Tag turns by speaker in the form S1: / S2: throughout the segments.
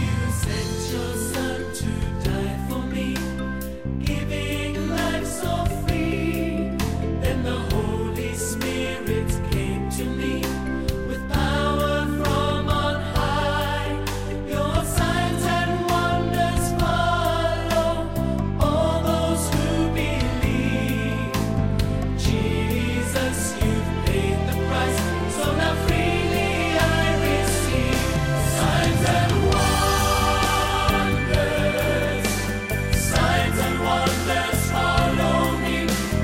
S1: You sent your son to die for me, giving life so free. Then the Holy Spirit came to me with power from on high. Your signs and wonders follow all those who believe. Jesus, you've paid the price, so now freely I receive signs and wonders. Signs and wonders follow me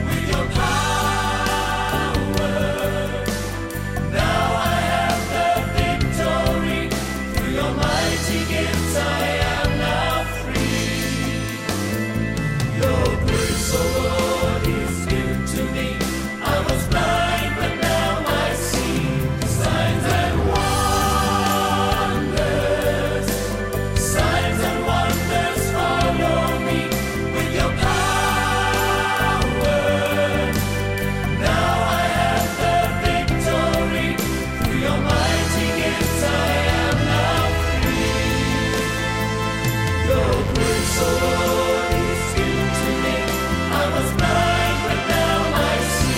S1: with your power. Now I have the victory through your mighty gifts. I am now free. Your grace, O Lord, is given to me. I was blind, but now I see signs and wonders. Signs and wonders follow me with your power. Now I have the victory through your mighty gifts. I am now free. Your grace, O Lord, is given to me. I was blind, but now I see.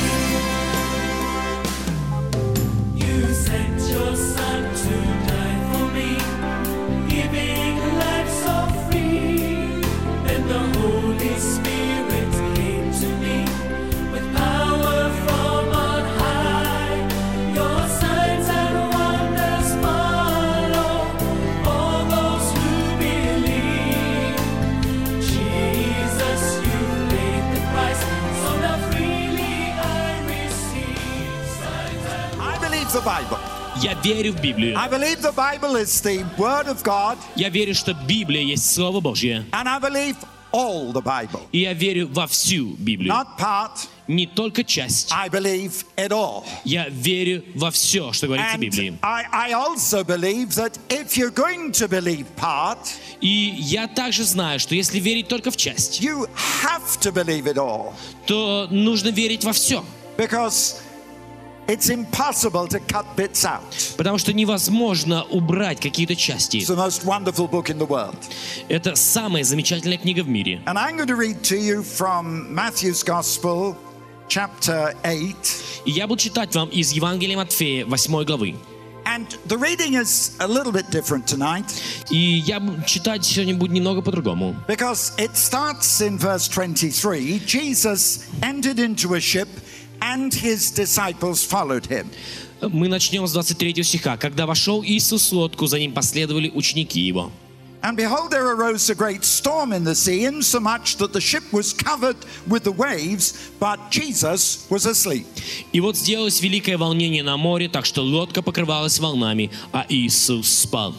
S1: You sent your son to die for me, giving life so free. Then the Holy Spirit came to me with power from on high. Your signs and wonders follow all those who believe. Jesus, you paid the price, so now freely I receive signs and
S2: I believe the Bible.
S3: Я верю в Библию.
S2: I believe the Bible is the Word of God,
S3: Я верю, что Библия есть Слово Божье.
S2: and I believe all the Bible.
S3: И я верю во всю Библию.
S2: Not А- part,
S3: Не только часть.
S2: I believe it all.
S3: Я верю во все, что говорится в Библии.
S2: And I, I also believe that if you're going to believe part,
S3: И я также знаю, что если верить только в часть,
S2: you have to believe it all
S3: то нужно верить во все.
S2: because it's impossible to cut bits out.
S3: Потому что невозможно убрать какие-то части.
S2: It's the most wonderful book in the world.
S3: Это самая замечательная книга в мире.
S2: And I'm going to read to you from Matthew's Gospel, chapter 8.
S3: И я буду читать вам из Евангелия Матфея 8 главы.
S2: And the reading is a little bit different tonight
S3: И я буду читать сегодня буду немного по-другому.
S2: because it starts in verse 23 Jesus entered into a ship and his disciples followed him.
S3: Мы начнем с 23 стиха. «Когда вошел Иисус в лодку, за ним последовали ученики его.
S2: And behold, there arose a great storm in the sea, insomuch that the ship was covered with the waves, but Jesus was asleep.
S3: И вот сделалось великое волнение на море, так что лодка покрывалась волнами, а Иисус спал.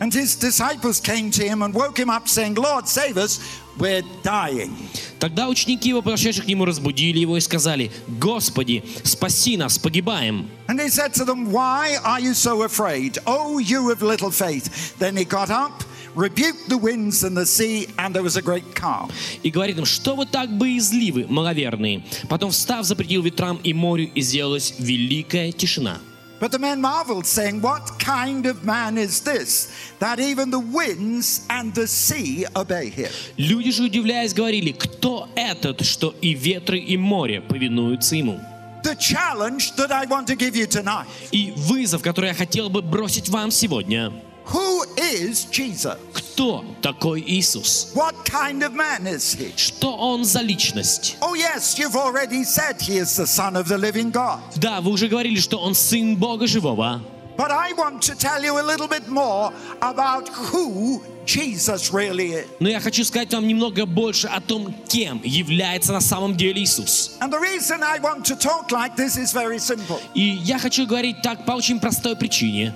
S2: And his disciples came to him and woke him up, saying, Lord, save us, we're dying.
S3: Тогда ученики его, подошедшие к нему, разбудили его и сказали, «Господи, спаси нас, погибаем!»
S2: And he said to them, Why are you so afraid, O you of little faith? Then he got up, rebuked the winds and the sea, and there was a great calm.
S3: И говорит им, «Что вы так боязливы, маловерные?» Потом, встав, запретил ветрам и морю, и сделалась великая тишина.
S2: But the men marveled, saying, What kind of man is this, that even the winds and the sea obey him?
S3: Люди же, удивляясь, говорили, «Кто этот, что и ветры, и море повинуются ему?»
S2: The challenge that I want to give you tonight
S3: И вызов, который я хотел бы бросить вам сегодня.
S2: Who is Jesus?
S3: Кто такой Иисус?
S2: What kind of man is he?
S3: Что он за личность?
S2: Oh, yes, you've already said he is the Son of the living God.
S3: Да, вы уже говорили, что он сын Бога живого.
S2: But I want to tell you a little bit more about who Jesus really is.
S3: Но я хочу сказать вам немного больше о том, кем является на самом деле Иисус.
S2: And the reason I want to talk like this is very simple.
S3: И я хочу говорить так по очень простой причине.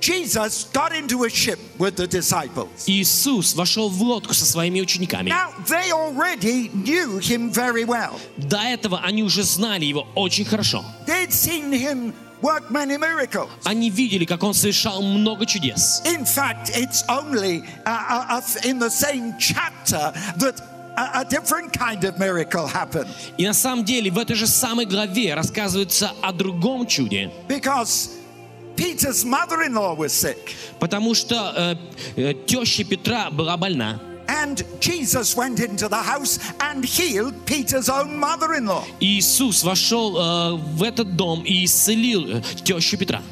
S2: Jesus got into a ship with the disciples.
S3: Иисус вошел в лодку со своими учениками.
S2: Now, they already knew him very well.
S3: До этого они уже знали его очень хорошо.
S2: They'd seen him work many miracles.
S3: Они видели, как он совершал много чудес.
S2: In fact, it's only uh, uh, uh, in the same chapter that a, a different kind of miracle happened
S3: И на самом деле в этой же самой главе рассказывается о другом чуде.
S2: because Peter's mother in law was sick.
S3: Потому что э, э, теща Петра была больна.
S2: And Jesus went into the house and healed Peter's own mother in law.
S3: И Иисус вошел э, в этот дом и исцелил э, тещу Петра.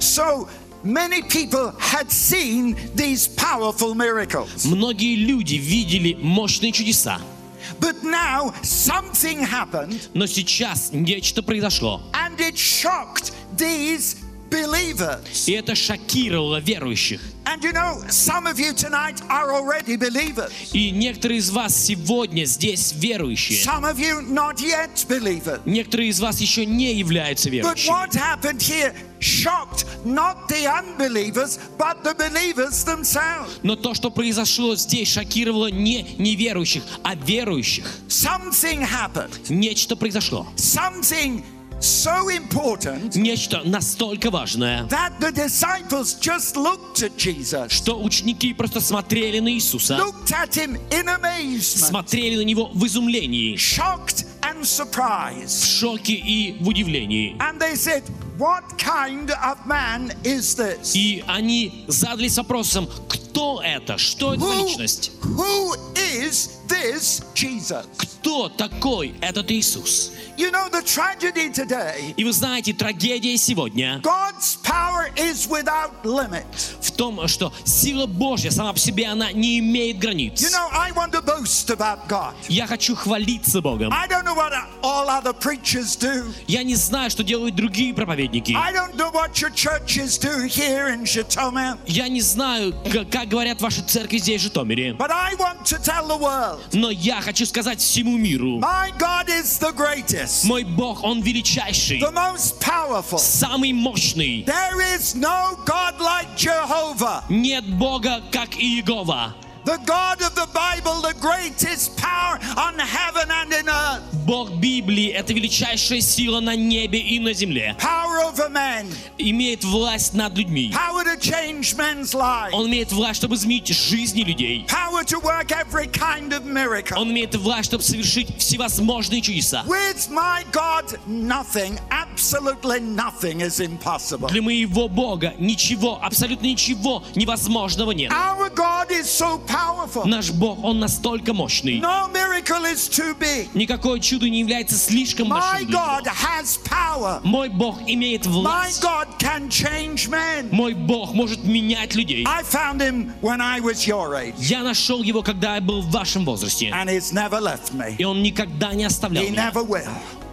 S2: So many people had seen these powerful miracles.
S3: Многие люди видели мощные чудеса.
S2: But now something happened
S3: Но сейчас нечто произошло.
S2: and it shocked these believers.
S3: И это шокировало верующих.
S2: And you know, some of you tonight are already believers,
S3: И некоторые из вас сегодня здесь верующие.
S2: some of you not yet believers.
S3: Некоторые из вас еще не являются
S2: But
S3: верующими.
S2: what happened here shocked not the unbelievers, but the believers themselves.
S3: Но то, что произошло здесь, шокировало не неверующих, а верующих.
S2: Something happened.
S3: Нечто произошло.
S2: Something so important
S3: Нечто настолько важное,
S2: that the disciples just looked at Jesus,
S3: что ученики просто смотрели на Иисуса,
S2: looked at him in amazement,
S3: смотрели на Него в изумлении,
S2: shocked and
S3: в
S2: surprised.
S3: шоке и в удивлении.
S2: And they said, What kind of man is this?
S3: И они задались вопросом, кто это, что это за
S2: Who,
S3: личность?
S2: who is this Jesus?
S3: Кто такой этот Иисус?
S2: You know, the tragedy today,
S3: И вы знаете, трагедия сегодня
S2: God's power is without limit.
S3: в том, что сила Божья сама по себе, она не имеет границ.
S2: You know, I want to boast about God.
S3: Я хочу хвалиться Богом.
S2: I don't know what all other preachers do.
S3: Я не знаю, что делают другие проповедники.
S2: I don't know what your churches do here in Shatoma.
S3: Я не знаю, к- как говорят ваши церкви здесь, в Житомире.
S2: But I want to tell the world
S3: Но я хочу сказать всему миру.
S2: my God is the greatest,
S3: Мой Бог, Он величайший,
S2: the most powerful.
S3: самый мощный.
S2: There is no God like Jehovah,
S3: Нет Бога, как Иегова.
S2: the God of the Bible, the greatest power on heaven and in earth,
S3: Бог Библии – это величайшая сила на небе и на земле.
S2: power over men,
S3: Имеет власть над людьми.
S2: power to change men's lives,
S3: Он имеет власть, чтобы изменить жизни людей.
S2: power to work every kind of miracle.
S3: Он имеет власть, чтобы совершить всевозможные чудеса.
S2: With my God, nothing, absolutely nothing is impossible.
S3: Для моего Бога ничего, абсолютно ничего невозможного нет.
S2: Our God is so powerful.
S3: Наш Бог, Он настолько мощный.
S2: No miracle is too big.
S3: Никакое чудо не является слишком
S2: My
S3: большим. для
S2: God
S3: Него.
S2: has power.
S3: Мой Бог имеет
S2: My
S3: власть.
S2: God can change men.
S3: Мой Бог может менять людей.
S2: I found him when I was your age,
S3: Я нашел его, когда я был в вашем возрасте.
S2: and he's never left me.
S3: И он никогда не оставлял
S2: He
S3: меня.
S2: never will.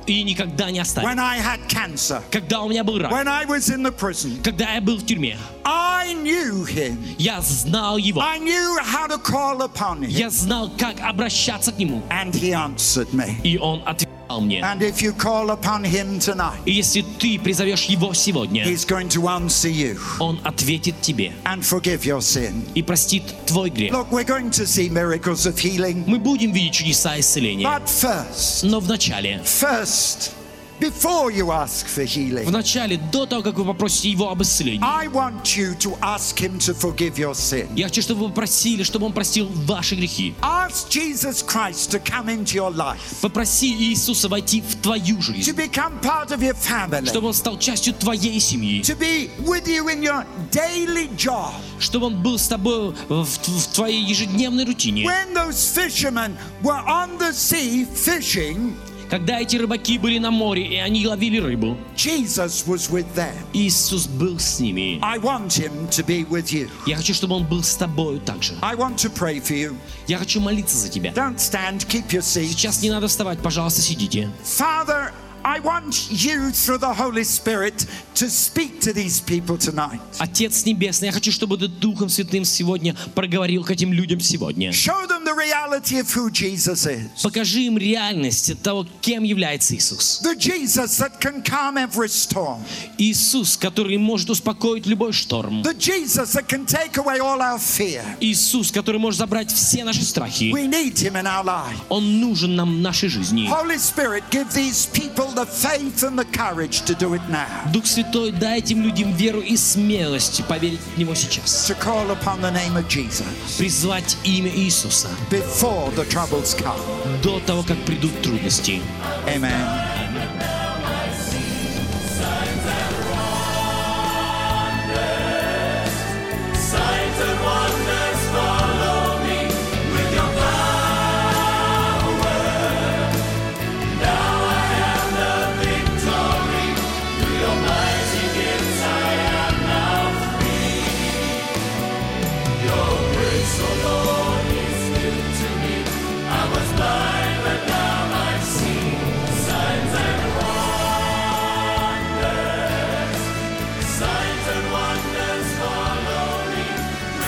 S3: И никогда не оставит.
S2: When I had cancer,
S3: Когда у меня был рак,
S2: when I was in the prison,
S3: когда я был в тюрьме,
S2: I knew him.
S3: я знал его.
S2: I knew how to call upon him,
S3: Я знал, как обращаться к нему.
S2: and he answered me.
S3: И он отвечал мне.
S2: And if you call upon him tonight,
S3: И если ты призовешь его сегодня,
S2: he's going to answer you
S3: он ответит тебе
S2: and forgive your sin.
S3: и простит твой грех.
S2: Look, we're going to see miracles of healing,
S3: Мы будем видеть чудеса исцеления.
S2: but first,
S3: Но вначале,
S2: first, before you ask for healing,
S3: вначале, до того, как вы попросите его об исцелении,
S2: I want you to ask him to forgive your sin.
S3: я хочу, чтобы вы попросили, чтобы он простил ваши грехи.
S2: Ask Jesus Christ to come into your life,
S3: Попроси Иисуса войти в твою
S2: to
S3: жизнь,
S2: become part of your family,
S3: чтобы он стал частью твоей семьи,
S2: to be with you in your daily job.
S3: чтобы он был с тобой в, в твоей ежедневной рутине.
S2: When those fishermen were on the sea fishing,
S3: Когда эти рыбаки были на море, и они ловили рыбу,
S2: Jesus was with them.
S3: Иисус был с ними.
S2: I want him to be with you.
S3: Я хочу, чтобы он был с тобою также.
S2: I want to pray for you.
S3: Я хочу молиться за тебя.
S2: Don't stand, keep your seat.
S3: Сейчас не надо вставать, пожалуйста, сидите.
S2: Father, I want you through the Holy Spirit to speak to these people tonight.
S3: Отец Небесный, я хочу, чтобы ты Духом Святым сегодня проговорил к этим людям сегодня.
S2: Show them the reality of who Jesus is.
S3: Покажи им реальность того, кем является Иисус.
S2: The Jesus that can calm every storm.
S3: Иисус, который может успокоить любой шторм.
S2: The Jesus that can take away all our fear.
S3: Иисус, который может забрать все наши страхи.
S2: We need him in our life.
S3: Он нужен нам в нашей жизни.
S2: Holy Spirit, give these people the faith and the courage to do it now,
S3: Дух Святой, дай этим людям веру и смелость поверить в Него сейчас.
S2: to call upon the name of Jesus
S3: Призвать имя Иисуса
S2: before the troubles come.
S3: до того, как придут трудности.
S2: Amen.
S1: Signs and wonders follow me with your power. Now I have the victory. Through your mighty gifts I am now free. Your grace, O Lord, is new to me. I was blind, but now I see. Signs and wonders. Signs and wonders follow me.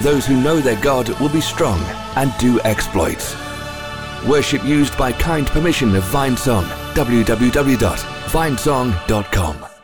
S4: those who know their God will be strong and do exploits. Worship used by kind permission of Vinesong. www.vinesong.com.